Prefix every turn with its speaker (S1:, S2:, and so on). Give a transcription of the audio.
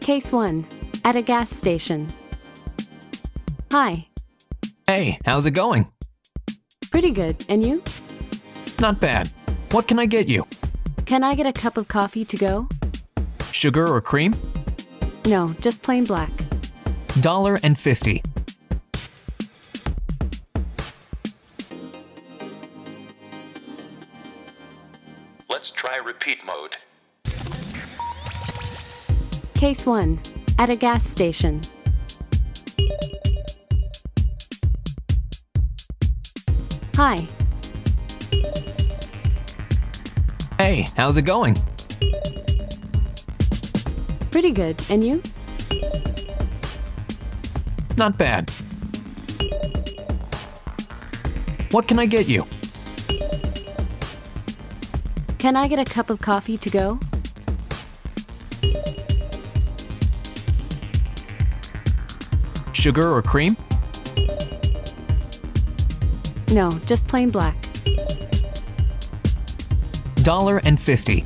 S1: Case 1. At a gas station. Hi.
S2: Hey, how's it going?
S1: Pretty good. And you?
S2: Not bad. What can I get you?
S1: Can I get a cup of coffee to go?
S2: Sugar or cream?
S1: No, just plain black.
S2: Dollar and fifty.
S3: Let's try repeat mode.
S1: Case 1. At a gas station. Hi.
S2: Hey, how's it going?
S1: Pretty good. And you?
S2: Not bad. What can I get you?
S1: Can I get a cup of coffee to go?
S2: Sugar or cream?
S1: No, just plain black.
S2: Dollar and fifty.